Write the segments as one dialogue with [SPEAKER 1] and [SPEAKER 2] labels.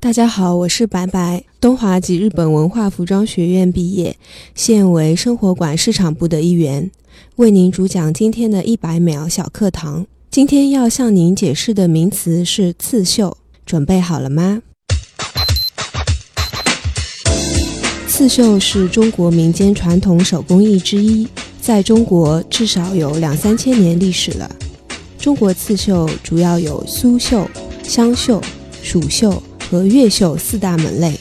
[SPEAKER 1] 大家好，我是白白，东华及日本文化服装学院毕业，现为生活馆市场部的一员，为您主讲今天的一百秒小课堂。今天要向您解释的名词是刺绣，准备好了吗？刺绣是中国民间传统手工艺之一，在中国至少有两三千年历史了。中国刺绣主要有苏绣、湘绣、蜀绣和越绣四大门类。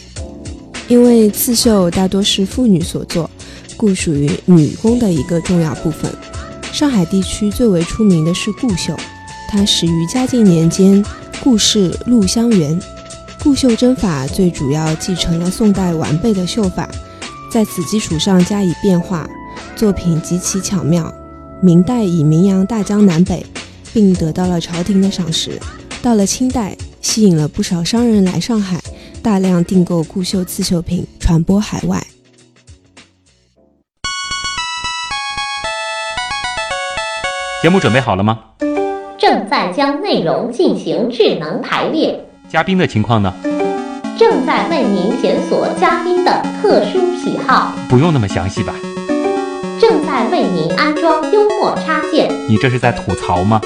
[SPEAKER 1] 因为刺绣大多是妇女所做，故属于女工的一个重要部分。上海地区最为出名的是顾绣，它始于嘉靖年间顾氏陆湘园。顾绣针法最主要继承了宋代完备的绣法，在此基础上加以变化，作品极其巧妙。明代已名扬大江南北，并得到了朝廷的赏识。到了清代，吸引了不少商人来上海，大量订购顾绣刺绣品，传播海外。
[SPEAKER 2] 节目准备好了吗？
[SPEAKER 3] 正在将内容进行智能排列，
[SPEAKER 2] 嘉宾的情况呢？
[SPEAKER 3] 正在为您检索嘉宾的特殊喜好，
[SPEAKER 2] 不用那么详细吧？
[SPEAKER 3] 正在为您安装幽默插件，
[SPEAKER 2] 你这是在吐槽吗？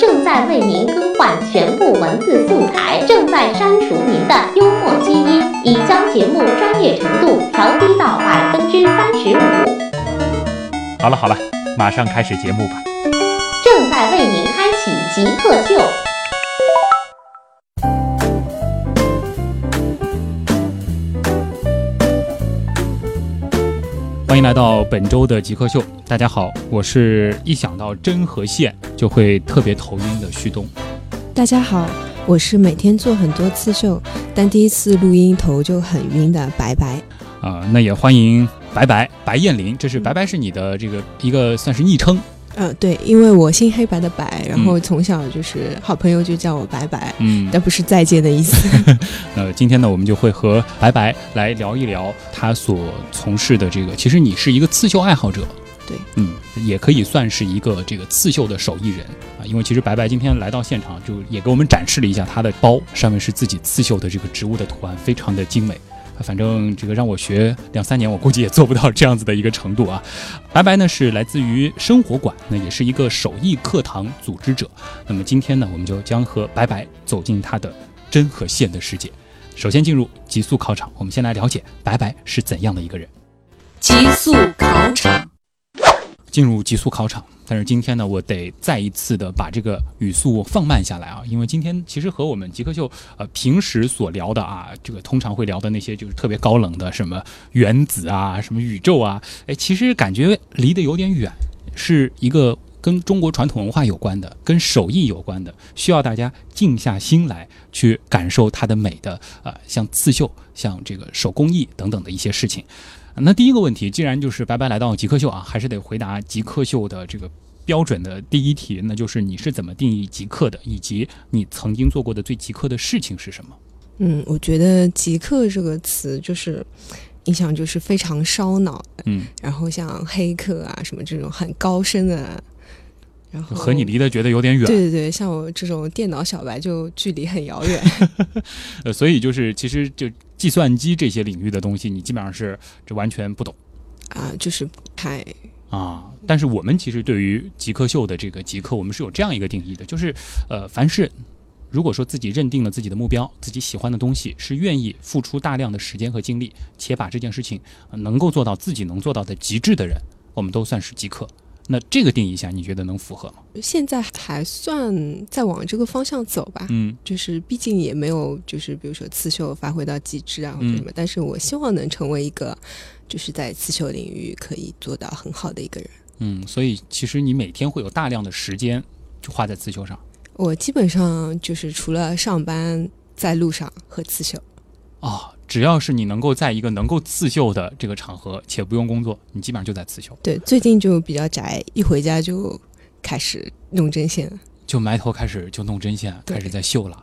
[SPEAKER 3] 正在为您更换全部文字素材，正在删除您的幽默基因，已将节目专业程度调低到百分之三十五。
[SPEAKER 2] 好了好了，马上开始节目吧。
[SPEAKER 3] 正在为您开启极客秀，
[SPEAKER 4] 欢迎来到本周的极客秀，大家好，我是一想到针和线就会特别头晕的旭东。
[SPEAKER 1] 大家好，我是每天做很多刺绣，但第一次录音头就很晕的白白。
[SPEAKER 4] 啊、那也欢迎白白白燕玲，这是白白是你的这个一个算是昵称，
[SPEAKER 1] 呃，对，因为我姓黑白的白，然后从小就是好朋友就叫我白白，
[SPEAKER 4] 嗯，
[SPEAKER 1] 但不是再见的意思。
[SPEAKER 4] 呃，今天呢，我们就会和白白来聊一聊他所从事的这个。其实你是一个刺绣爱好者，
[SPEAKER 1] 对，
[SPEAKER 4] 嗯，也可以算是一个这个刺绣的手艺人啊。因为其实白白今天来到现场，就也给我们展示了一下他的包，上面是自己刺绣的这个植物的图案，非常的精美。啊反正这个让我学两三年，我估计也做不到这样子的一个程度啊。白白呢是来自于生活馆，那也是一个手艺课堂组织者。那么今天呢，我们就将和白白走进他的针和线的世界。首先进入极速考场，我们先来了解白白是怎样的一个人。
[SPEAKER 5] 极速考场，
[SPEAKER 4] 进入极速考场，但是今天呢，我得再一次的把这个语速放慢下来啊，因为今天其实和我们极客秀呃平时所聊的啊，这个通常会聊的那些就是特别高冷的什么原子啊、什么宇宙啊，哎，其实感觉离得有点远，是一个跟中国传统文化有关的、跟手艺有关的，需要大家静下心来去感受它的美的啊、呃像刺绣、像这个手工艺等等的一些事情。那第一个问题，既然就是白白来到极客秀啊，还是得回答极客秀的这个标准的第一题，那就是你是怎么定义极客的，以及你曾经做过的最极客的事情是什么？
[SPEAKER 1] 嗯，我觉得“极客”这个词就是。印象就是非常烧脑，
[SPEAKER 4] 嗯，
[SPEAKER 1] 然后像黑客啊什么这种很高深的，然后
[SPEAKER 4] 和你离得觉得有点远，啊
[SPEAKER 1] 对对对，像我这种电脑小白就距离很遥远。
[SPEAKER 4] 呃，所以就是其实就计算机这些领域的东西，你基本上是这完全不懂。
[SPEAKER 1] 啊，就是不太
[SPEAKER 4] 啊，但是我们其实对于极客秀的这个极客，我们是有这样一个定义的，就是呃，凡是如果说自己认定了自己的目标，自己喜欢的东西，是愿意付出大量的时间和精力，且把这件事情呃能够做到自己能做到的极致的人，我们都算是极客。那这个定义下，你觉得能符合吗？
[SPEAKER 1] 现在还算在往这个方向走吧。
[SPEAKER 4] 嗯
[SPEAKER 1] 就是毕竟也没有，就是比如说刺绣发挥到极致啊或者
[SPEAKER 4] 嗯
[SPEAKER 1] 什么，但是我希望能成为一个，就是在刺绣领域可以做到很好的一个人。
[SPEAKER 4] 嗯，所以其实你每天会有大量的时间就花在刺绣上。
[SPEAKER 1] 我基本上就是除了上班，在路上和刺绣。
[SPEAKER 4] 啊、只要是你能够在一个能够刺绣的这个场合，且不用工作，你基本上就在刺绣，
[SPEAKER 1] 对，最近就比较宅，一回家就开始弄针线了。
[SPEAKER 4] 就埋头开始就弄针线，
[SPEAKER 1] 对
[SPEAKER 4] 开始在绣了。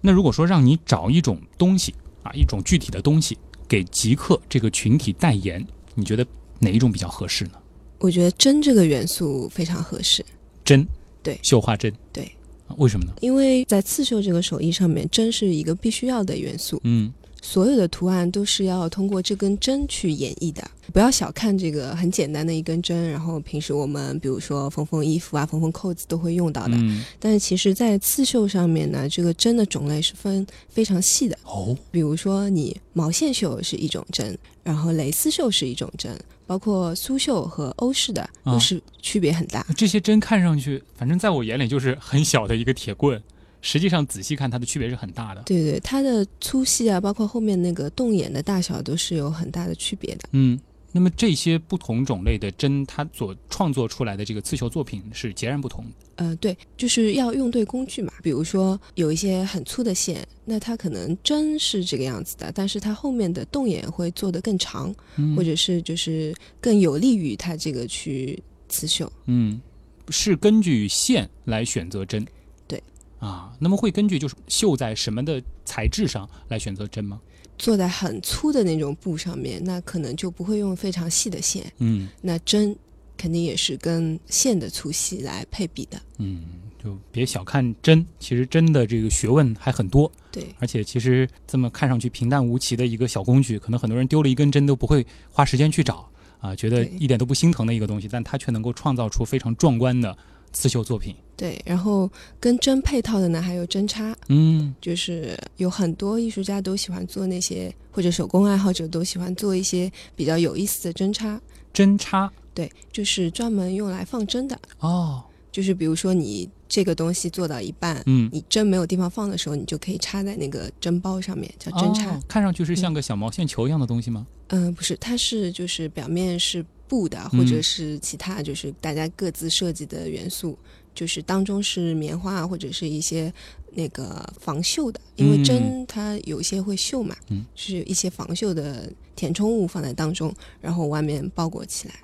[SPEAKER 4] 那如果说让你找一种东西啊，一种具体的东西给极客这个群体代言，你觉得哪一种比较合适呢？
[SPEAKER 1] 我觉得针这个元素非常合适。
[SPEAKER 4] 针，
[SPEAKER 1] 对
[SPEAKER 4] 绣花针，
[SPEAKER 1] 对
[SPEAKER 4] 啊、为什么呢？
[SPEAKER 1] 因为在刺绣这个手艺上面，针是一个必须要的元素，
[SPEAKER 4] 嗯
[SPEAKER 1] 所有的图案都是要通过这根针去演绎的。不要小看这个很简单的一根针，然后平时我们比如说缝缝衣服啊、缝缝扣子都会用到的。
[SPEAKER 4] 嗯，
[SPEAKER 1] 但是其实，在刺绣上面呢，这个针的种类是分非常细的。
[SPEAKER 4] 哦，
[SPEAKER 1] 比如说，你毛线绣是一种针，然后蕾丝绣是一种针，包括苏绣和欧式的
[SPEAKER 4] 啊
[SPEAKER 1] 都是区别很大。
[SPEAKER 4] 这些针看上去，反正在我眼里就是很小的一个铁棍，实际上仔细看它的区别是很大的。
[SPEAKER 1] 对对，它的粗细啊，包括后面那个洞眼的大小都是有很大的区别的。
[SPEAKER 4] 嗯，那么这些不同种类的针，它所创作出来的这个刺绣作品是截然不同的。
[SPEAKER 1] 呃，对，就是要用对工具嘛。比如说有一些很粗的线，那它可能针是这个样子的，但是它后面的洞眼会做得更长，
[SPEAKER 4] 嗯
[SPEAKER 1] 或者是就是更有利于它这个去刺绣。
[SPEAKER 4] 嗯，是根据线来选择针。
[SPEAKER 1] 对。
[SPEAKER 4] 啊，那么会根据就是绣在什么的材质上来选择针吗？
[SPEAKER 1] 做在很粗的那种布上面，那可能就不会用非常细的线，
[SPEAKER 4] 嗯
[SPEAKER 1] 那针肯定也是跟线的粗细来配比的。
[SPEAKER 4] 嗯，就别小看针，其实针的这个学问还很多。
[SPEAKER 1] 对，
[SPEAKER 4] 而且其实这么看上去平淡无奇的一个小工具，可能很多人丢了一根针都不会花时间去找啊，觉得
[SPEAKER 1] 对
[SPEAKER 4] 一点都不心疼的一个东西，但它却能够创造出非常壮观的刺绣作品。
[SPEAKER 1] 对，然后跟针配套的呢，还有针插，
[SPEAKER 4] 嗯
[SPEAKER 1] 就是有很多艺术家都喜欢做那些，或者手工爱好者都喜欢做一些比较有意思的针插，
[SPEAKER 4] 针插
[SPEAKER 1] 对，就是专门用来放针的，
[SPEAKER 4] 哦，
[SPEAKER 1] 就是比如说你这个东西做到一半，
[SPEAKER 4] 嗯，
[SPEAKER 1] 你针没有地方放的时候，你就可以插在那个针包上面，叫针插。
[SPEAKER 4] 哦看上去是像个小毛线球一样的东西吗？
[SPEAKER 1] 嗯、不是，它是就是表面是布的，
[SPEAKER 4] 嗯
[SPEAKER 1] 或者是其他就是大家各自设计的元素，就是当中是棉花啊或者是一些那个防锈的，因为
[SPEAKER 4] 嗯
[SPEAKER 1] 针它有一些会锈嘛，
[SPEAKER 4] 嗯
[SPEAKER 1] 是一些防锈的填充物放在当中，然后外面包裹起来。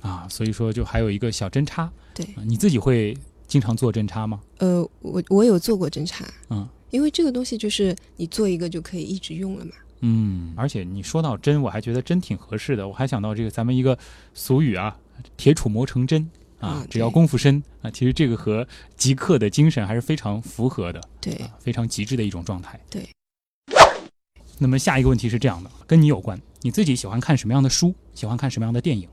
[SPEAKER 4] 啊，所以说就还有一个小针插，
[SPEAKER 1] 对，
[SPEAKER 4] 啊你自己会经常做针插吗？
[SPEAKER 1] 呃，我我有做过针查，
[SPEAKER 4] 嗯，
[SPEAKER 1] 因为这个东西就是你做一个就可以一直用了嘛。
[SPEAKER 4] 嗯，而且你说到针，我还觉得针挺合适的，我还想到这个咱们一个俗语啊，“铁杵磨成针”啊
[SPEAKER 1] 啊，
[SPEAKER 4] 只要
[SPEAKER 1] 对
[SPEAKER 4] 功夫深啊，其实这个和极客的精神还是非常符合的，
[SPEAKER 1] 对，
[SPEAKER 4] 啊，非常极致的一种状态。
[SPEAKER 1] 对。
[SPEAKER 4] 那么下一个问题是这样的，跟你有关，你自己喜欢看什么样的书，喜欢看什么样的电影？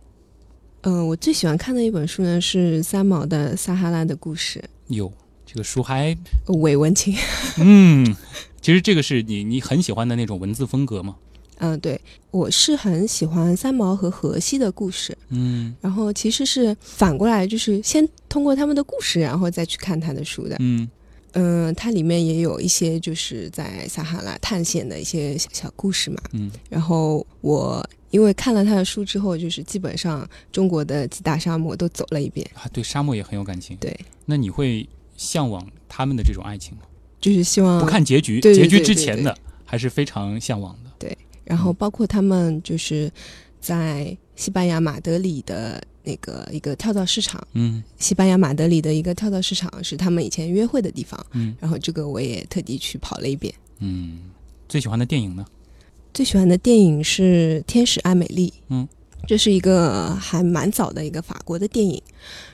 [SPEAKER 1] 嗯、我最喜欢看的一本书呢是三毛的《撒哈拉的故事
[SPEAKER 4] 有这个 书还，》，
[SPEAKER 1] 伪文青。
[SPEAKER 4] 嗯， 其实这个是你你很喜欢的那种文字风格吗？
[SPEAKER 1] 嗯，对，我是很喜欢三毛和荷西的故事，
[SPEAKER 4] 嗯
[SPEAKER 1] 然后其实是反过来，就是先通过他们的故事，然后再去看他的书的。
[SPEAKER 4] 嗯
[SPEAKER 1] 嗯，它里面也有一些就是在撒哈拉探险的一些小小故事嘛。
[SPEAKER 4] 嗯
[SPEAKER 1] 然后我因为看了他的书之后，就是基本上中国的几大沙漠都走了一遍，
[SPEAKER 4] 啊，对沙漠也很有感情。
[SPEAKER 1] 对，
[SPEAKER 4] 那你会向往他们的这种爱情吗？
[SPEAKER 1] 就是希望
[SPEAKER 4] 不看结局，
[SPEAKER 1] 对对
[SPEAKER 4] 结局
[SPEAKER 1] 对
[SPEAKER 4] 之
[SPEAKER 1] 对
[SPEAKER 4] 前的还是非常向往的。
[SPEAKER 1] 然
[SPEAKER 4] 嗯
[SPEAKER 1] 后包括他们就是在西班牙马德里的那个一个跳蚤市场。
[SPEAKER 4] 嗯
[SPEAKER 1] 西班牙马德里的一个跳蚤市场是他们以前约会的地方，
[SPEAKER 4] 嗯
[SPEAKER 1] 然后这个我也特地去跑了一遍。
[SPEAKER 4] 嗯，最喜欢的电影呢？
[SPEAKER 1] 最喜欢的电影是《天使爱美丽》，
[SPEAKER 4] 嗯，
[SPEAKER 1] 这是一个还蛮早的一个法国的电影。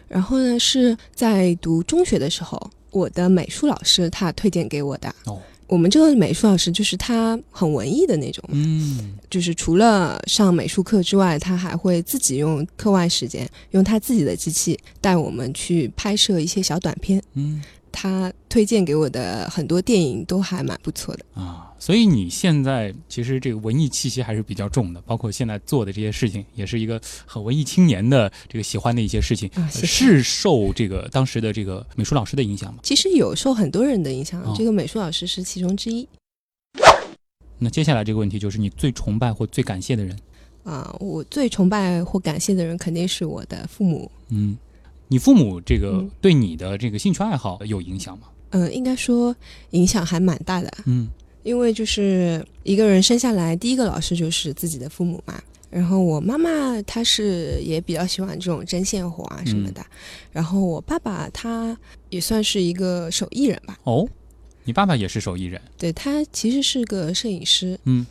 [SPEAKER 1] 然后呢，是在读中学的时候，我的美术老师他推荐给我的。
[SPEAKER 4] 哦，
[SPEAKER 1] 我们这个美术老师就是他很文艺的那种嘛，
[SPEAKER 4] 嗯
[SPEAKER 1] 就是除了上美术课之外，他还会自己用课外时间，用他自己的机器带我们去拍摄一些小短片。
[SPEAKER 4] 嗯
[SPEAKER 1] 他推荐给我的很多电影都还蛮不错的。
[SPEAKER 4] 啊，所以你现在其实这个文艺气息还是比较重的，包括现在做的这些事情，也是一个很文艺青年的这个喜欢的一些事情，
[SPEAKER 1] 啊谢谢
[SPEAKER 4] 是受这个当时的这个美术老师的影响吗？
[SPEAKER 1] 其实有受很多人的影响，
[SPEAKER 4] 哦
[SPEAKER 1] 这个美术老师是其中之一。
[SPEAKER 4] 那接下来这个问题就是你最崇拜或最感谢的人？
[SPEAKER 1] 啊、我最崇拜或感谢的人肯定是我的父母。
[SPEAKER 4] 嗯，你父母这个
[SPEAKER 1] 嗯
[SPEAKER 4] 对你的这个兴趣爱好有影响吗？
[SPEAKER 1] 嗯、应该说影响还蛮大的，
[SPEAKER 4] 嗯。
[SPEAKER 1] 因为就是一个人生下来，第一个老师就是自己的父母嘛。然后我妈妈她是也比较喜欢这种针线活啊什么
[SPEAKER 4] 嗯
[SPEAKER 1] 的，然后我爸爸他也算是一个手艺人吧，
[SPEAKER 4] 哦，你爸爸也是手艺人，
[SPEAKER 1] 对他其实是个摄影师，
[SPEAKER 4] 嗯，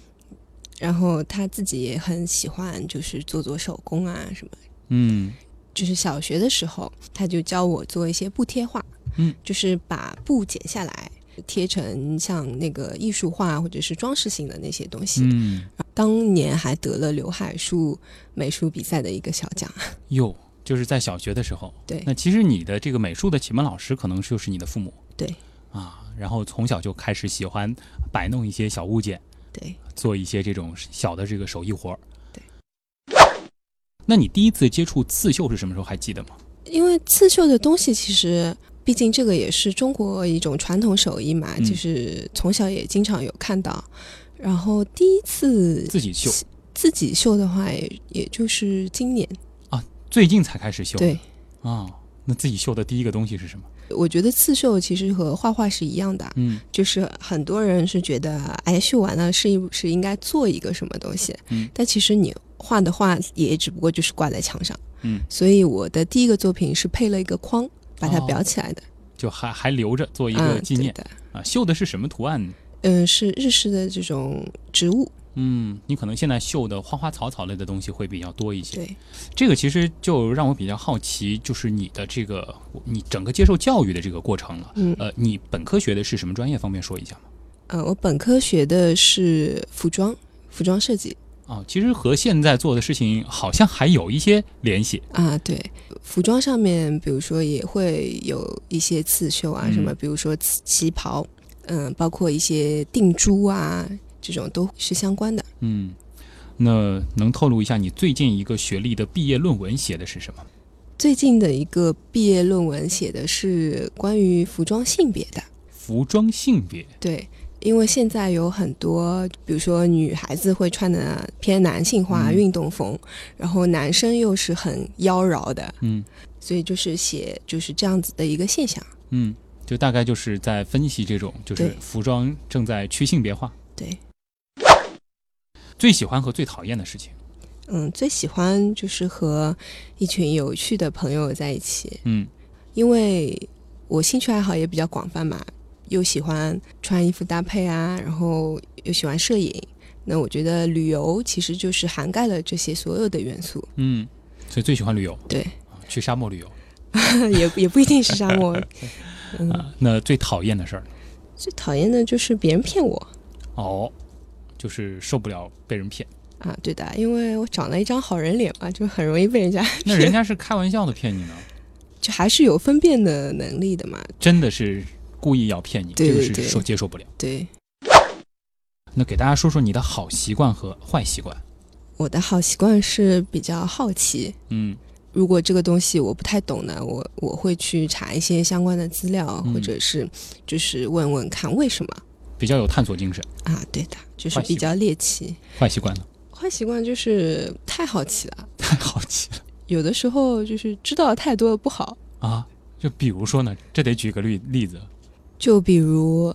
[SPEAKER 1] 然后他自己也很喜欢，就是做做手工啊什么。
[SPEAKER 4] 嗯
[SPEAKER 1] 就是小学的时候，他就教我做一些布贴画，
[SPEAKER 4] 嗯，
[SPEAKER 1] 就是把布剪下来，贴成像那个艺术画或者是装饰性的那些东西。
[SPEAKER 4] 嗯，
[SPEAKER 1] 当年还得了刘海树美术比赛的一个小奖。
[SPEAKER 4] 呃哟，就是在小学的时候。
[SPEAKER 1] 对
[SPEAKER 4] 那其实你的这个美术的启蒙老师可能就是你的父母。
[SPEAKER 1] 对。
[SPEAKER 4] 啊，然后从小就开始喜欢摆弄一些小物件，
[SPEAKER 1] 对，
[SPEAKER 4] 做一些这种小的这个手艺活儿。
[SPEAKER 1] 对。
[SPEAKER 4] 那你第一次接触刺绣是什么时候？还记得吗？
[SPEAKER 1] 因为刺绣的东西其实。毕竟这个也是中国一种传统手艺嘛，
[SPEAKER 4] 嗯
[SPEAKER 1] 就是从小也经常有看到。然后第一次
[SPEAKER 4] 自己绣，
[SPEAKER 1] 自己绣的话也，也就是今年。
[SPEAKER 4] 最近才开始绣。
[SPEAKER 1] 对，
[SPEAKER 4] 啊、那自己绣的第一个东西是什么？
[SPEAKER 1] 我觉得刺绣其实和画画是一样的，
[SPEAKER 4] 嗯
[SPEAKER 1] 就是很多人是觉得，哎，绣完了是一是应该做一个什么东西，
[SPEAKER 4] 嗯
[SPEAKER 1] 但其实你画的画也只不过就是挂在墙上，
[SPEAKER 4] 嗯，
[SPEAKER 1] 所以我的第一个作品是配了一个框，把它
[SPEAKER 4] 哦
[SPEAKER 1] 裱起来的，
[SPEAKER 4] 就还还留着做一
[SPEAKER 1] 啊
[SPEAKER 4] 个纪念、
[SPEAKER 1] 对的，
[SPEAKER 4] 啊。绣的是什么图案？
[SPEAKER 1] 嗯、是日式的这种植物，
[SPEAKER 4] 嗯，你可能现在绣的花花草草类的东西会比较多一些。
[SPEAKER 1] 对，
[SPEAKER 4] 这个其实就让我比较好奇，就是你的这个你整个接受教育的这个过程了。
[SPEAKER 1] 嗯
[SPEAKER 4] 呃，你本科学的是什么专业？方便说一下吗？
[SPEAKER 1] 呃，我本科学的是服装，服装设计
[SPEAKER 4] 啊，其实和现在做的事情好像还有一些联系。
[SPEAKER 1] 啊，对，服装上面，比如说也会有一些刺绣啊，
[SPEAKER 4] 嗯
[SPEAKER 1] 什么，比如说旗旗袍，嗯，包括一些定珠啊，这种都是相关的。
[SPEAKER 4] 嗯，那能透露一下你最近一个学历的毕业论文写的是什么？
[SPEAKER 1] 最近的一个毕业论文写的是关于服装性别的，
[SPEAKER 4] 服装性别。
[SPEAKER 1] 对，因为现在有很多，比如说女孩子会穿的偏男性化、
[SPEAKER 4] 嗯
[SPEAKER 1] 运动风，然后男生又是很妖娆的，
[SPEAKER 4] 嗯
[SPEAKER 1] 所以就是写就是这样子的一个现象。
[SPEAKER 4] 嗯，就大概就是在分析这种，就是
[SPEAKER 1] 对
[SPEAKER 4] 服装正在趋性别化。
[SPEAKER 1] 对，
[SPEAKER 4] 最喜欢和最讨厌的事情。
[SPEAKER 1] 嗯，最喜欢就是和一群有趣的朋友在一起，
[SPEAKER 4] 嗯
[SPEAKER 1] 因为我兴趣爱好也比较广泛嘛，又喜欢穿衣服搭配啊，然后又喜欢摄影。那我觉得旅游其实就是涵盖了这些所有的元素，
[SPEAKER 4] 嗯，所以最喜欢旅游，
[SPEAKER 1] 对，
[SPEAKER 4] 啊去沙漠旅游。
[SPEAKER 1] 也也不一定是沙漠。嗯，
[SPEAKER 4] 啊，那最讨厌的事儿呢
[SPEAKER 1] 最讨厌的就是别人骗我
[SPEAKER 4] 哦，就是受不了被人 骗。
[SPEAKER 1] 啊，对的，因为我长了一张好人脸嘛，就很容易被人家
[SPEAKER 4] 那人家是开玩笑的骗你呢，
[SPEAKER 1] 就还是有分辨的能力的嘛，
[SPEAKER 4] 真的是故意要骗你，
[SPEAKER 1] 对
[SPEAKER 4] 这个
[SPEAKER 1] 对
[SPEAKER 4] 是受接受不了。
[SPEAKER 1] 对。
[SPEAKER 4] 那给大家说说你的好习惯和坏习惯。
[SPEAKER 1] 我的好习惯是比较好奇，
[SPEAKER 4] 嗯
[SPEAKER 1] 如果这个东西我不太懂呢，我我会去查一些相关的资料，
[SPEAKER 4] 嗯
[SPEAKER 1] 或者是就是问问看为什么
[SPEAKER 4] 比较有探索精神。
[SPEAKER 1] 啊？对的，就是
[SPEAKER 4] 坏习惯
[SPEAKER 1] 比较猎奇。
[SPEAKER 4] 坏习 惯呢？
[SPEAKER 1] 坏习惯就是太好奇了，
[SPEAKER 4] 太好奇了
[SPEAKER 1] 有的时候就是知道太多不好。
[SPEAKER 4] 啊！就比如说呢，这得举个例例子。
[SPEAKER 1] 就比如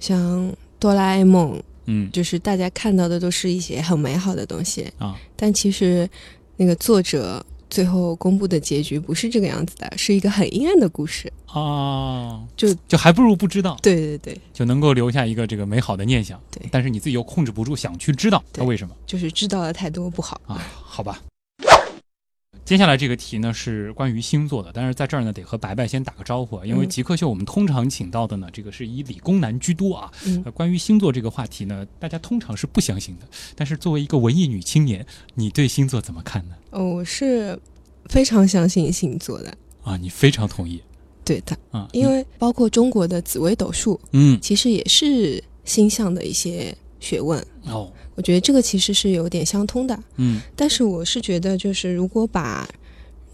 [SPEAKER 1] 像哆啦 A 梦，
[SPEAKER 4] 嗯
[SPEAKER 1] 就是大家看到的都是一些很美好的东西，
[SPEAKER 4] 啊，
[SPEAKER 1] 但其实那个作者最后公布的结局不是这个样子的，是一个很阴暗的故事。
[SPEAKER 4] 哦，
[SPEAKER 1] 就
[SPEAKER 4] 就还不如不知道，
[SPEAKER 1] 对对对，
[SPEAKER 4] 就能够留下一个这个美好的念想。
[SPEAKER 1] 对
[SPEAKER 4] 但是你自己又控制不住想去知道，
[SPEAKER 1] 对
[SPEAKER 4] 那为什么
[SPEAKER 1] 就是知道了太多不好。
[SPEAKER 4] 啊？好吧。接下来这个题呢是关于星座的，但是在这儿呢得和白白先打个招呼啊，因为
[SPEAKER 1] 嗯
[SPEAKER 4] 极客秀我们通常请到的呢，这个是以理工男居多啊。
[SPEAKER 1] 嗯
[SPEAKER 4] 呃关于星座这个话题呢，大家通常是不相信的，但是作为一个文艺女青年，你对星座怎么看呢？
[SPEAKER 1] 哦，我是非常相信星座的，
[SPEAKER 4] 啊，你非常同意
[SPEAKER 1] 对的，
[SPEAKER 4] 啊，
[SPEAKER 1] 因为包括中国的紫微斗数，
[SPEAKER 4] 嗯
[SPEAKER 1] 其实也是星象的一些学问。
[SPEAKER 4] 嗯哦
[SPEAKER 1] 我觉得这个其实是有点相通的，
[SPEAKER 4] 嗯
[SPEAKER 1] 但是我是觉得，就是如果把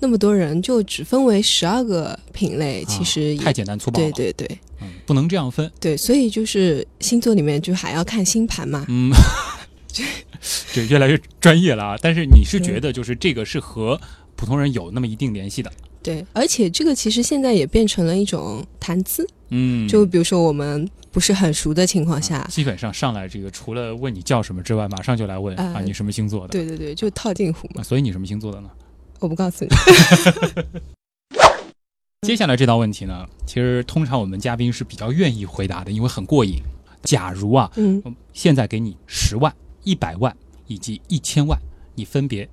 [SPEAKER 1] 那么多人就只分为十二个品类，其实也、
[SPEAKER 4] 啊太简单粗暴了，
[SPEAKER 1] 对对对
[SPEAKER 4] 嗯，不能这样分。
[SPEAKER 1] 对，所以就是星座里面就还要看星盘嘛，
[SPEAKER 4] 嗯， 这越来越专业了啊！但是你是觉得就是这个是和普通人有那么一定联系的？
[SPEAKER 1] 对，而且这个其实现在也变成了一种谈资，
[SPEAKER 4] 嗯，啊
[SPEAKER 1] 就比如说我们不是很熟的情况下，
[SPEAKER 4] 基本上上来这个除了问你叫什么之外，马上就来问、
[SPEAKER 1] 呃
[SPEAKER 4] 啊你什么星座的？
[SPEAKER 1] 对对对，就套近乎嘛，
[SPEAKER 4] 啊，所以你什么星座的呢？
[SPEAKER 1] 我不告诉你。
[SPEAKER 4] 接下来这道问题呢，其实通常我们嘉宾是比较愿意回答的，因为很过瘾。假如啊，
[SPEAKER 1] 嗯，
[SPEAKER 4] 现在给你十万、一百万以及一千万，你分别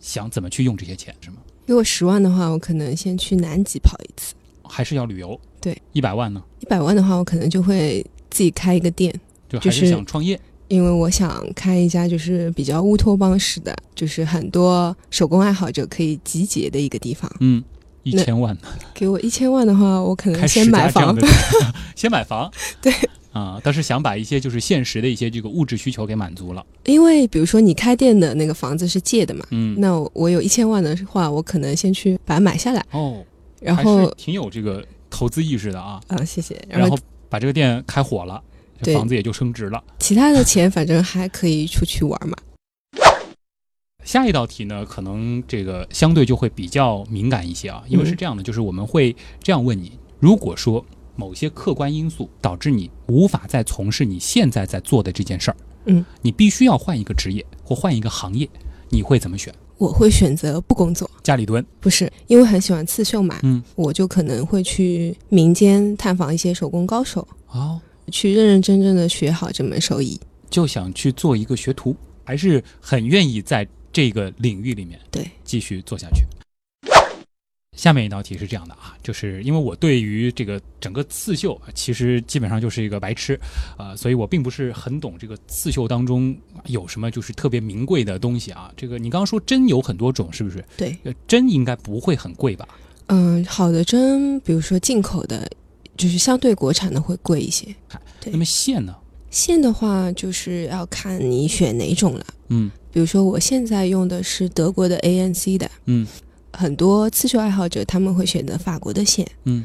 [SPEAKER 4] 想怎么去用这些钱？是吗？
[SPEAKER 1] 给我十万的话，我可能先去南极跑一次。
[SPEAKER 4] 还是要旅游？
[SPEAKER 1] 对，
[SPEAKER 4] 一百万呢，
[SPEAKER 1] 一百万的话，我可能就会自己开一个店，
[SPEAKER 4] 就还
[SPEAKER 1] 就是
[SPEAKER 4] 想创业。
[SPEAKER 1] 因为我想开一家就是比较乌托邦式的，就是很多手工爱好者可以集结的一个地方。
[SPEAKER 4] 嗯，一千万呢，
[SPEAKER 1] 给我一千万的话，我可能
[SPEAKER 4] 开
[SPEAKER 1] 先
[SPEAKER 4] 十
[SPEAKER 1] 买
[SPEAKER 4] 家这
[SPEAKER 1] 房
[SPEAKER 4] 样的，， 先买房。
[SPEAKER 1] 对
[SPEAKER 4] 啊，但是想把一些就是现实的一些这个物质需求给满足了。
[SPEAKER 1] 因为比如说你开店的那个房子是借的嘛，
[SPEAKER 4] 嗯，
[SPEAKER 1] 那我我有一千万的话，我可能先去把它买下来，
[SPEAKER 4] 哦，
[SPEAKER 1] 然
[SPEAKER 4] 还
[SPEAKER 1] 后
[SPEAKER 4] 是挺有这个投资意识的啊。
[SPEAKER 1] 啊，谢谢，然
[SPEAKER 4] 然
[SPEAKER 1] 后
[SPEAKER 4] 后把这个店开火了，这
[SPEAKER 1] 对
[SPEAKER 4] 房子也就升值了。
[SPEAKER 1] 其他的钱反正还可以出去玩嘛。
[SPEAKER 4] 下一道题呢，可能这个相对就会比较敏感一些啊，因为
[SPEAKER 1] 嗯
[SPEAKER 4] 是这样的，就是我们会这样问你：如果说某些客观因素导致你无法再从事你现在在做的这件事儿，
[SPEAKER 1] 嗯，
[SPEAKER 4] 你必须要换一个职业或换一个行业，你会怎么选？
[SPEAKER 1] 我会选择不工作，
[SPEAKER 4] 家里蹲，
[SPEAKER 1] 不是因为很喜欢刺绣嘛，
[SPEAKER 4] 嗯，
[SPEAKER 1] 我就可能会去民间探访一些手工高手，
[SPEAKER 4] 哦，
[SPEAKER 1] 去认认真真的学好这门手艺。
[SPEAKER 4] 就想去做一个学徒，还是很愿意在这个领域里面
[SPEAKER 1] 对
[SPEAKER 4] 继续做下去。下面一道题是这样的啊，就是因为我对于这个整个刺绣啊其实基本上就是一个白痴，呃，所以我并不是很懂这个刺绣当中有什么就是特别名贵的东西啊。这个你刚刚说针有很多种，是不是？
[SPEAKER 1] 对，
[SPEAKER 4] 呃针应该不会很贵吧？
[SPEAKER 1] 嗯，好的针，比如说进口的，就是相对国产的会贵一些。对
[SPEAKER 4] 那么线呢？
[SPEAKER 1] 线的话，就是要看你选哪种了。
[SPEAKER 4] 嗯
[SPEAKER 1] 比如说我现在用的是德国的 ANC 的，
[SPEAKER 4] 嗯
[SPEAKER 1] 很多刺绣爱好者他们会选择法国的线。
[SPEAKER 4] 嗯，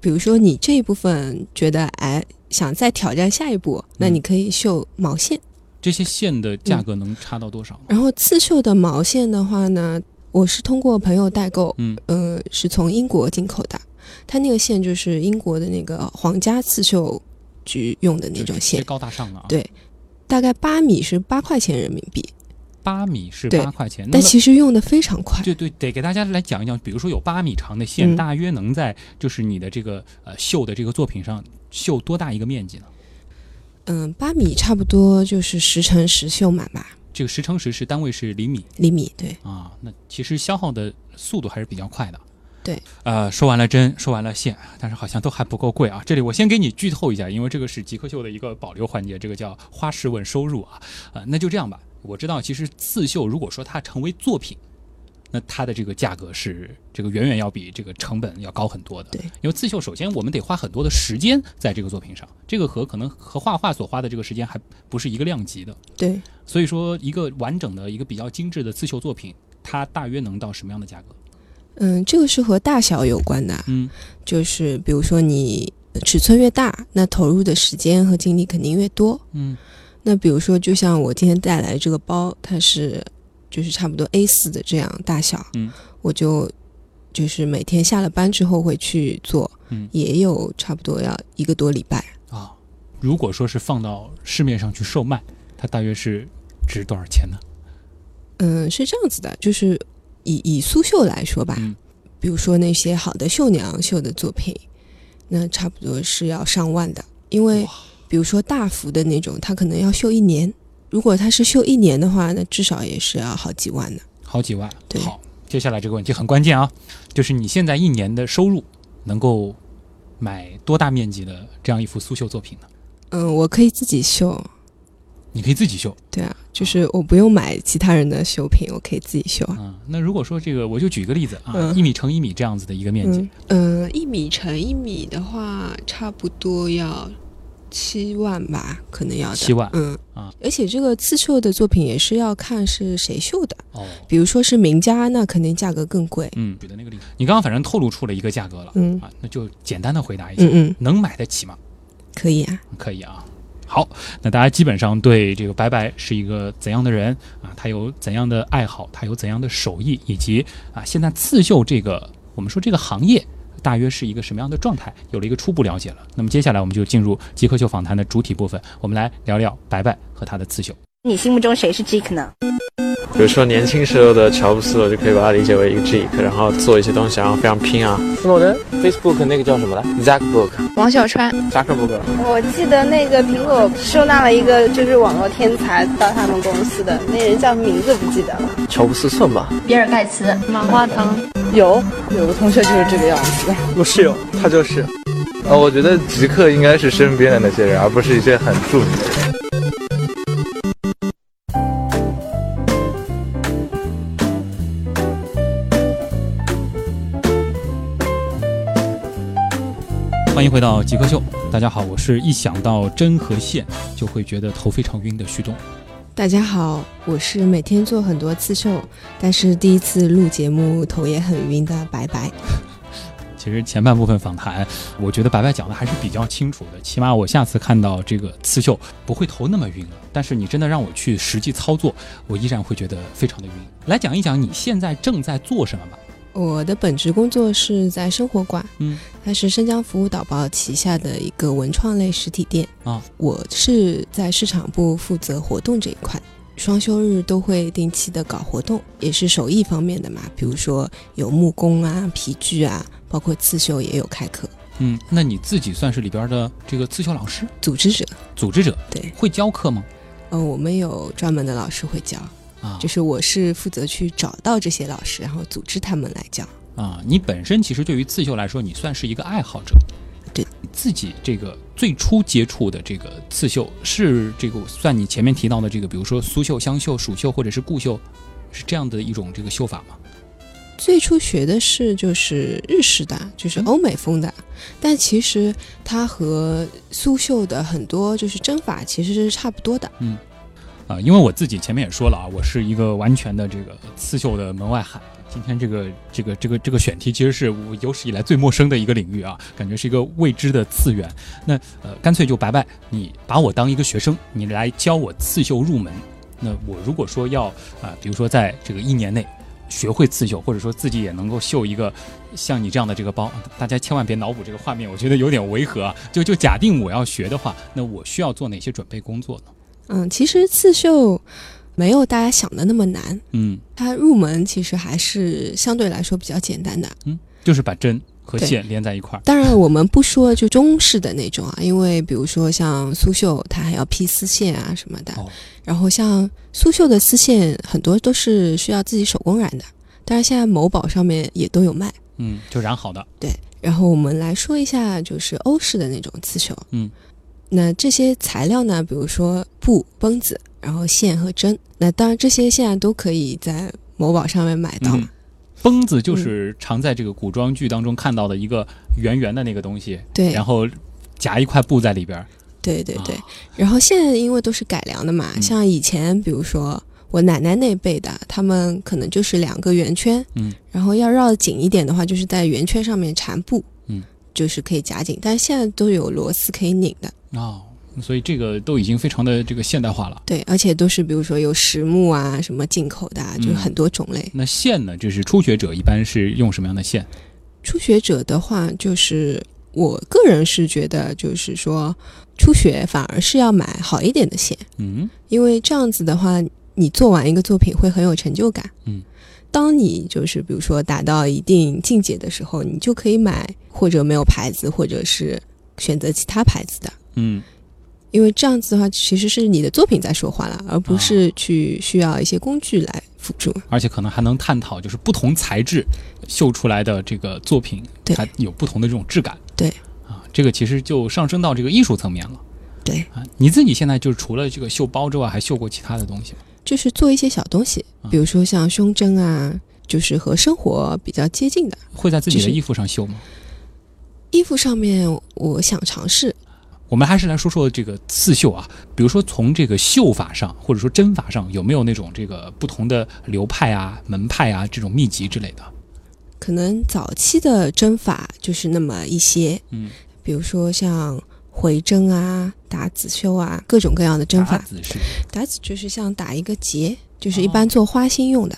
[SPEAKER 1] 比如说你这一部分觉得哎想再挑战下一步，那
[SPEAKER 4] 嗯
[SPEAKER 1] 你可以绣毛线。
[SPEAKER 4] 这些线的价格能差到多少呢？
[SPEAKER 1] 然后刺绣的毛线的话呢，我是通过朋友代购，
[SPEAKER 4] 嗯
[SPEAKER 1] 呃，是从英国进口的，它那个线就是英国的那个皇家刺绣局用的那
[SPEAKER 4] 这
[SPEAKER 1] 嗯种
[SPEAKER 4] 这
[SPEAKER 1] 线，
[SPEAKER 4] 高大上了啊！
[SPEAKER 1] 对大概八米是八块钱人民币，
[SPEAKER 4] 八米是
[SPEAKER 1] 对
[SPEAKER 4] 八块钱，那
[SPEAKER 1] 但
[SPEAKER 4] 么
[SPEAKER 1] 其实用的非常快。
[SPEAKER 4] 对对，得给大家来讲一讲，比如说有八米长的线，
[SPEAKER 1] 嗯
[SPEAKER 4] 大约能在就是你的这个呃绣的这个作品上绣多大一个面积呢？
[SPEAKER 1] 嗯，八米差不多就是十乘十绣满吧，
[SPEAKER 4] 这个十乘十是单位是厘米
[SPEAKER 1] 厘米对。
[SPEAKER 4] 啊，那其实消耗的速度还是比较快的。
[SPEAKER 1] 对，
[SPEAKER 4] 呃，说完了针，说完了线，但是好像都还不够贵啊。这里我先给你剧透一下，因为这个是极客秀的一个保留环节，这个叫花式问收入啊。呃，那就这样吧。我知道，其实刺绣如果说它成为作品，那它的这个价格是这个远远要比这个成本要高很多的。
[SPEAKER 1] 对，
[SPEAKER 4] 因为刺绣首先我们得花很多的时间在这个作品上，这个和可能和画画所花的这个时间还不是一个量级的。
[SPEAKER 1] 对，
[SPEAKER 4] 所以说，一个完整的一个比较精致的刺绣作品，它大约能到什么样的价格？
[SPEAKER 1] 嗯，这个是和大小有关的，
[SPEAKER 4] 嗯，
[SPEAKER 1] 就是比如说你尺寸越大，那投入的时间和精力肯定越多。
[SPEAKER 4] 嗯，
[SPEAKER 1] 那比如说，就像我今天带来这个包，它是就是差不多 A 四的这样大小，
[SPEAKER 4] 嗯，
[SPEAKER 1] 我就就是每天下了班之后会去做，
[SPEAKER 4] 嗯
[SPEAKER 1] 也有差不多要一个多礼拜。
[SPEAKER 4] 啊，如果说是放到市面上去售卖，它大约是值多少钱呢？
[SPEAKER 1] 嗯，是这样子的，就是以以苏绣来说吧，
[SPEAKER 4] 嗯
[SPEAKER 1] 比如说那些好的绣娘绣的作品，那差不多是要上万的，因为
[SPEAKER 4] 哇
[SPEAKER 1] 比如说大幅的那种，它可能要绣一年。如果它是绣一年的话，那至少也是要好几万的。
[SPEAKER 4] 好几万。
[SPEAKER 1] 对
[SPEAKER 4] 好，接下来这个问题很关键啊，就是你现在一年的收入能够买多大面积的这样一幅苏绣作品呢？
[SPEAKER 1] 嗯，我可以自己绣，
[SPEAKER 4] 你可以自己绣
[SPEAKER 1] 对啊，就是我不用买其他人的绣品，我可以自己绣啊。
[SPEAKER 4] 啊。那如果说这个，我就举个例子啊，
[SPEAKER 1] 嗯
[SPEAKER 4] 一、米乘一米这样子的一个面积，
[SPEAKER 1] 嗯，呃，一米乘一米的话，差不多要七万吧，可能要的
[SPEAKER 4] 七万
[SPEAKER 1] 嗯
[SPEAKER 4] 啊，
[SPEAKER 1] 而且这个刺绣的作品也是要看是谁绣的，
[SPEAKER 4] 哦，
[SPEAKER 1] 比如说是名家，那肯定价格更贵。
[SPEAKER 4] 嗯，举的那个例子，你刚刚反正透露出了一个价格了、
[SPEAKER 1] 嗯
[SPEAKER 4] 啊，那就简单的回答一下，
[SPEAKER 1] 嗯嗯，
[SPEAKER 4] 能买得起吗？
[SPEAKER 1] 可以啊。
[SPEAKER 4] 可以啊。好，那大家基本上对这个白白是一个怎样的人啊？他有怎样的爱好？他有怎样的手艺？以及啊，现在刺绣这个我们说这个行业大约是一个什么样的状态？有了一个初步了解了。那么接下来我们就进入极客秀访谈的主体部分，我们来聊聊白白和他的刺绣。
[SPEAKER 6] 你心目中谁是 Jake 呢？
[SPEAKER 7] 比如说年轻时候的乔布斯，我就可以把它理解为一个 geek，然后做一些东西，然后非常拼啊。
[SPEAKER 8] 诺登，Facebook 那个叫什么来？Zackbook，
[SPEAKER 9] 王小川，
[SPEAKER 8] 扎克伯格。
[SPEAKER 10] 我记得那个苹果收纳了一个就是网络天才到他们公司的那人叫名字不记得了。
[SPEAKER 8] 乔布斯算吧，
[SPEAKER 9] 比尔盖茨，马化腾，
[SPEAKER 6] 有有个同学就是这个样子，
[SPEAKER 9] 我室友他哦就是。
[SPEAKER 7] 呃，我觉得极客应该是身边的那些人，而不是一些很著名的人。
[SPEAKER 4] 欢迎回到极客秀，大家好，我是一想到针和线就会觉得头非常晕的旭东。
[SPEAKER 1] 大家好，我是每天做很多刺绣，但是第一次录节目头也很晕的白白。
[SPEAKER 4] 其实前半部分访谈，我觉得白白讲的还是比较清楚的，起码我下次看到这个刺绣不会头那么晕了。但是你真的让我去实际操作，我依然会觉得非常的晕。来讲一讲你现在正在做什么吧。
[SPEAKER 1] 我的本职工作是在生活馆，
[SPEAKER 4] 嗯，
[SPEAKER 1] 它是生姜服务导报旗下的一个文创类实体店
[SPEAKER 4] 啊。
[SPEAKER 1] 我是在市场部负责活动这一块，双休日都会定期的搞活动，也是手艺方面的嘛，比如说有木工啊、皮具啊，包括刺绣也有开课，
[SPEAKER 4] 嗯，那你自己算是里边的这个刺绣老师、
[SPEAKER 1] 组织者
[SPEAKER 4] 组织者，
[SPEAKER 1] 对，
[SPEAKER 4] 会教课吗？
[SPEAKER 1] 呃，我们有专门的老师会教，
[SPEAKER 4] 啊，
[SPEAKER 1] 就是我是负责去找到这些老师，然后组织他们来教。
[SPEAKER 4] 啊，你本身其实对于刺绣来说，你算是一个爱好者。
[SPEAKER 1] 对，
[SPEAKER 4] 自己这个最初接触的这个刺绣是这个算你前面提到的这个，比如说苏绣、湘绣、蜀绣或者是固绣，是这样的一种这个绣法吗？
[SPEAKER 1] 最初学的是就是日式的，就是欧美风的，但其实它和苏绣的很多就是针法其实是差不多的。
[SPEAKER 4] 啊，因为我自己前面也说了啊，我是一个完全的这个刺绣的门外汉。今天这个这个这个这个选题其实是我有史以来最陌生的一个领域啊，感觉是一个未知的次元。那呃，干脆就白白，你把我当一个学生，你来教我刺绣入门。那我如果说要啊、比如说在这个一年内学会刺绣，或者说自己也能够绣一个像你这样的这个包，大家千万别脑补这个画面，我觉得有点违和啊。就就假定我要学的话，那我需要做哪些准备工作呢？
[SPEAKER 1] 嗯，其实刺绣没有大家想的那么难，
[SPEAKER 4] 嗯。
[SPEAKER 1] 它入门其实还是相对来说比较简单的。
[SPEAKER 4] 就是把针和
[SPEAKER 1] 对
[SPEAKER 4] 线连在一块儿。
[SPEAKER 1] 当然，我们不说就中式的那种啊，因为比如说像苏绣，它还要披丝线啊什么的。
[SPEAKER 4] 哦
[SPEAKER 1] 然后像苏绣的丝线，很多都是需要自己手工染的。当然，现在某宝上面也都有卖。
[SPEAKER 4] 嗯，就染好的。
[SPEAKER 1] 然后我们来说一下，就是欧式的那种刺绣。
[SPEAKER 4] 嗯，
[SPEAKER 1] 那这些材料呢，比如说布、绷子，然后线和针。那当然，这些现在都可以在某宝上面买到。
[SPEAKER 4] 嗯，绷子就是常在这个古装剧当中看到的一个圆圆的那个东西，
[SPEAKER 1] 对，
[SPEAKER 4] 然后夹一块布在里边儿。
[SPEAKER 1] 对对对。
[SPEAKER 4] 啊
[SPEAKER 1] 然后现在因为都是改良的嘛，
[SPEAKER 4] 嗯
[SPEAKER 1] 像以前比如说我奶奶那辈的，他们可能就是两个圆圈，
[SPEAKER 4] 嗯，
[SPEAKER 1] 然后要绕紧一点的话，就是在圆圈上面缠布，
[SPEAKER 4] 嗯，
[SPEAKER 1] 就是可以夹紧，但是现在都有螺丝可以拧的，
[SPEAKER 4] 哦，所以这个都已经非常的这个现代化了。
[SPEAKER 1] 对，而且都是比如说有实木啊，什么进口的、啊，就
[SPEAKER 4] 嗯
[SPEAKER 1] 很多种类。
[SPEAKER 4] 那线呢？就是初学者一般是用什么样的线？
[SPEAKER 1] 初学者的话，就是我个人是觉得，就是说初学反而是要买好一点的线。
[SPEAKER 4] 嗯，
[SPEAKER 1] 因为这样子的话，你做完一个作品会很有成就感。
[SPEAKER 4] 嗯，
[SPEAKER 1] 当你就是比如说达到一定境界的时候，你就可以买或者没有牌子，或者是选择其他牌子的。
[SPEAKER 4] 嗯，
[SPEAKER 1] 因为这样子的话，其实是你的作品在说话了，而不
[SPEAKER 4] 啊
[SPEAKER 1] 是去需要一些工具来辅助。
[SPEAKER 4] 而且可能还能探讨，就是不同材质绣出来的这个作品，
[SPEAKER 1] 对
[SPEAKER 4] 它有不同的这种质感。
[SPEAKER 1] 对
[SPEAKER 4] 啊，这个其实就上升到这个艺术层面了。
[SPEAKER 1] 对
[SPEAKER 4] 啊，你自己现在就是除了这个绣包之外，还绣过其他的东西吗？
[SPEAKER 1] 就是做一些小东西
[SPEAKER 4] 啊，
[SPEAKER 1] 比如说像胸针啊，就是和生活比较接近的
[SPEAKER 4] 会在自己
[SPEAKER 1] 就
[SPEAKER 4] 的
[SPEAKER 1] 是
[SPEAKER 4] 衣服上绣吗？
[SPEAKER 1] 衣服上面，我想尝试。
[SPEAKER 4] 我们还是来说说这个刺绣啊，比如说从这个绣法上，或者说针法上，有没有那种这个不同的流派啊、门派啊这种秘籍之类的？
[SPEAKER 1] 可能早期的针法就是那么一些，
[SPEAKER 4] 嗯，
[SPEAKER 1] 比如说像回针啊、打籽绣啊，各种各样的针
[SPEAKER 4] 法
[SPEAKER 1] 法。
[SPEAKER 4] 子是，
[SPEAKER 1] 打籽就是像打一个结，就是一
[SPEAKER 4] 哦
[SPEAKER 1] 般做花心用的。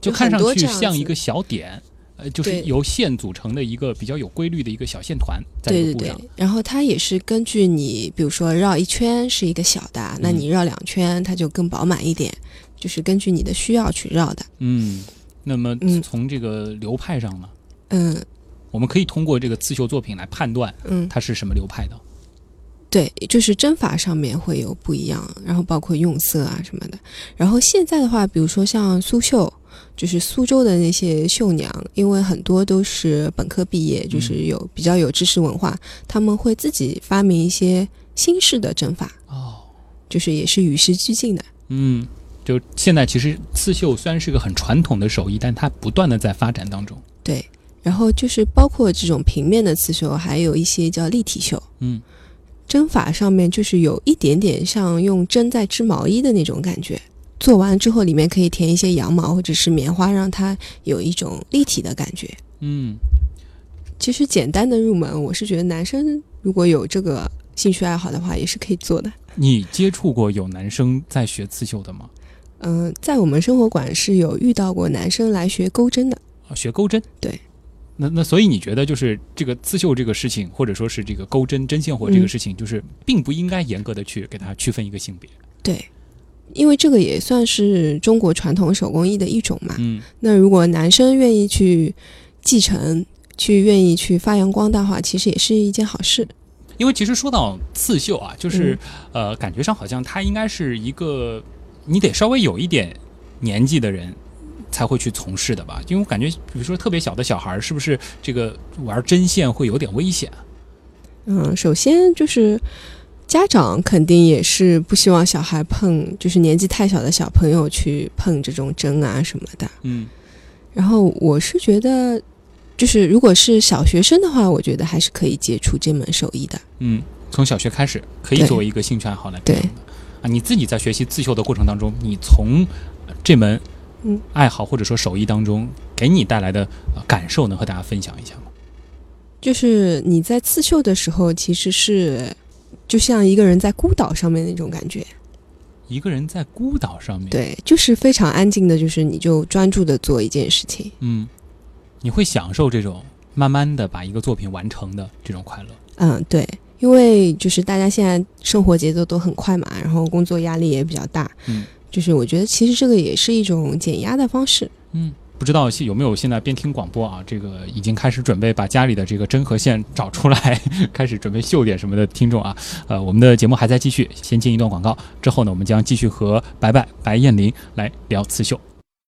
[SPEAKER 4] 就
[SPEAKER 1] 有
[SPEAKER 4] 看上
[SPEAKER 1] 很多
[SPEAKER 4] 去
[SPEAKER 1] 这样子
[SPEAKER 4] 像一个小点，呃，就是
[SPEAKER 1] 对
[SPEAKER 4] 由线组成的一个比较有规律的一个小线团在这
[SPEAKER 1] 对对
[SPEAKER 4] 个布
[SPEAKER 1] 对
[SPEAKER 4] 上。，
[SPEAKER 1] 然后它也是根据你，比如说绕一圈是一个小的，那
[SPEAKER 4] 嗯
[SPEAKER 1] 你绕两圈它就更饱满一点，就是根据你的需要去绕的。
[SPEAKER 4] 嗯，那么
[SPEAKER 1] 嗯
[SPEAKER 4] 从这个流派上呢，
[SPEAKER 1] 嗯
[SPEAKER 4] 我们可以通过这个刺绣作品来判断
[SPEAKER 1] 嗯，
[SPEAKER 4] 它是什么流派的。
[SPEAKER 1] 对，就是针法上面会有不一样，然后包括用色啊什么的。然后现在的话，比如说像苏绣，就是苏州的那些绣娘，因为很多都是本科毕业，就是有比较有知识文化，他们会自己发明一些新式的针法，
[SPEAKER 4] 哦，
[SPEAKER 1] 就是也是与时俱进的。
[SPEAKER 4] 嗯，就现在其实刺绣虽然是个很传统的手艺，但它不断的在发展当中。
[SPEAKER 1] 对，然后就是包括这种平面的刺绣，还有一些叫立体绣，
[SPEAKER 4] 嗯，
[SPEAKER 1] 针法上面就是有一点点像用针在织毛衣的那种感觉。做完之后，里面可以填一些羊毛或者是棉花，让它有一种立体的感觉。
[SPEAKER 4] 嗯，
[SPEAKER 1] 其实简单的入门，我是觉得男生如果有这个兴趣爱好的话，也是可以做的。
[SPEAKER 4] 你接触过有男生在学刺绣的吗？
[SPEAKER 1] 嗯、在我们生活馆是有遇到过男生来学钩针的。
[SPEAKER 4] 啊，学钩针？
[SPEAKER 1] 对。
[SPEAKER 4] 那那所以你觉得就是这个刺绣这个事情，或者说是这个钩针针线活这个
[SPEAKER 1] 嗯
[SPEAKER 4] 事情，就是并不应该严格的去给它区分一个性别。
[SPEAKER 1] 对，因为这个也算是中国传统手工艺的一种嘛。
[SPEAKER 4] 嗯
[SPEAKER 1] 那如果男生愿意去继承，去愿意去发扬光大的话，其实也是一件好事。
[SPEAKER 4] 因为其实说到刺绣啊，就是、
[SPEAKER 1] 嗯
[SPEAKER 4] 呃，感觉上好像它应该是一个你得稍微有一点年纪的人才会去从事的吧？因为我感觉，比如说特别小的小孩，儿，是不是这个玩针线会有点危险？啊
[SPEAKER 1] 嗯，首先就是家长肯定也是不希望小孩碰，就是年纪太小的小朋友去碰这种针啊什么的。
[SPEAKER 4] 嗯
[SPEAKER 1] 然后我是觉得，就是如果是小学生的话，我觉得还是可以接触这门手艺的。
[SPEAKER 4] 嗯，从小学开始可以
[SPEAKER 1] 对
[SPEAKER 4] 作为一个兴趣爱好来培
[SPEAKER 1] 对
[SPEAKER 4] 养的啊。你自己在学习刺绣的过程当中，你从呃这门
[SPEAKER 1] 嗯
[SPEAKER 4] 爱好或者说手艺当中给你带来的呃感受，能和大家分享一下吗？
[SPEAKER 1] 就是你在刺绣的时候，其实是就像一个人在孤岛上面那种感觉。
[SPEAKER 4] 一个人在孤岛上面，
[SPEAKER 1] 对，就是非常安静的，就是你就专注的做一件事情。
[SPEAKER 4] 嗯，你会享受这种慢慢的把一个作品完成的这种快乐。
[SPEAKER 1] 嗯，对，因为就是大家现在生活节奏都很快嘛，然后工作压力也比较大，
[SPEAKER 4] 嗯，
[SPEAKER 1] 就是我觉得其实这个也是一种减压的方式。
[SPEAKER 4] 嗯，不知道现有没有现在边听广播啊，这个已经开始准备把家里的这个针和线找出来， 开始准备绣点什么的听众啊。呃，我们的节目还在继续，先进一段广告，之后呢，我们将继续和白白白燕玲来聊刺绣。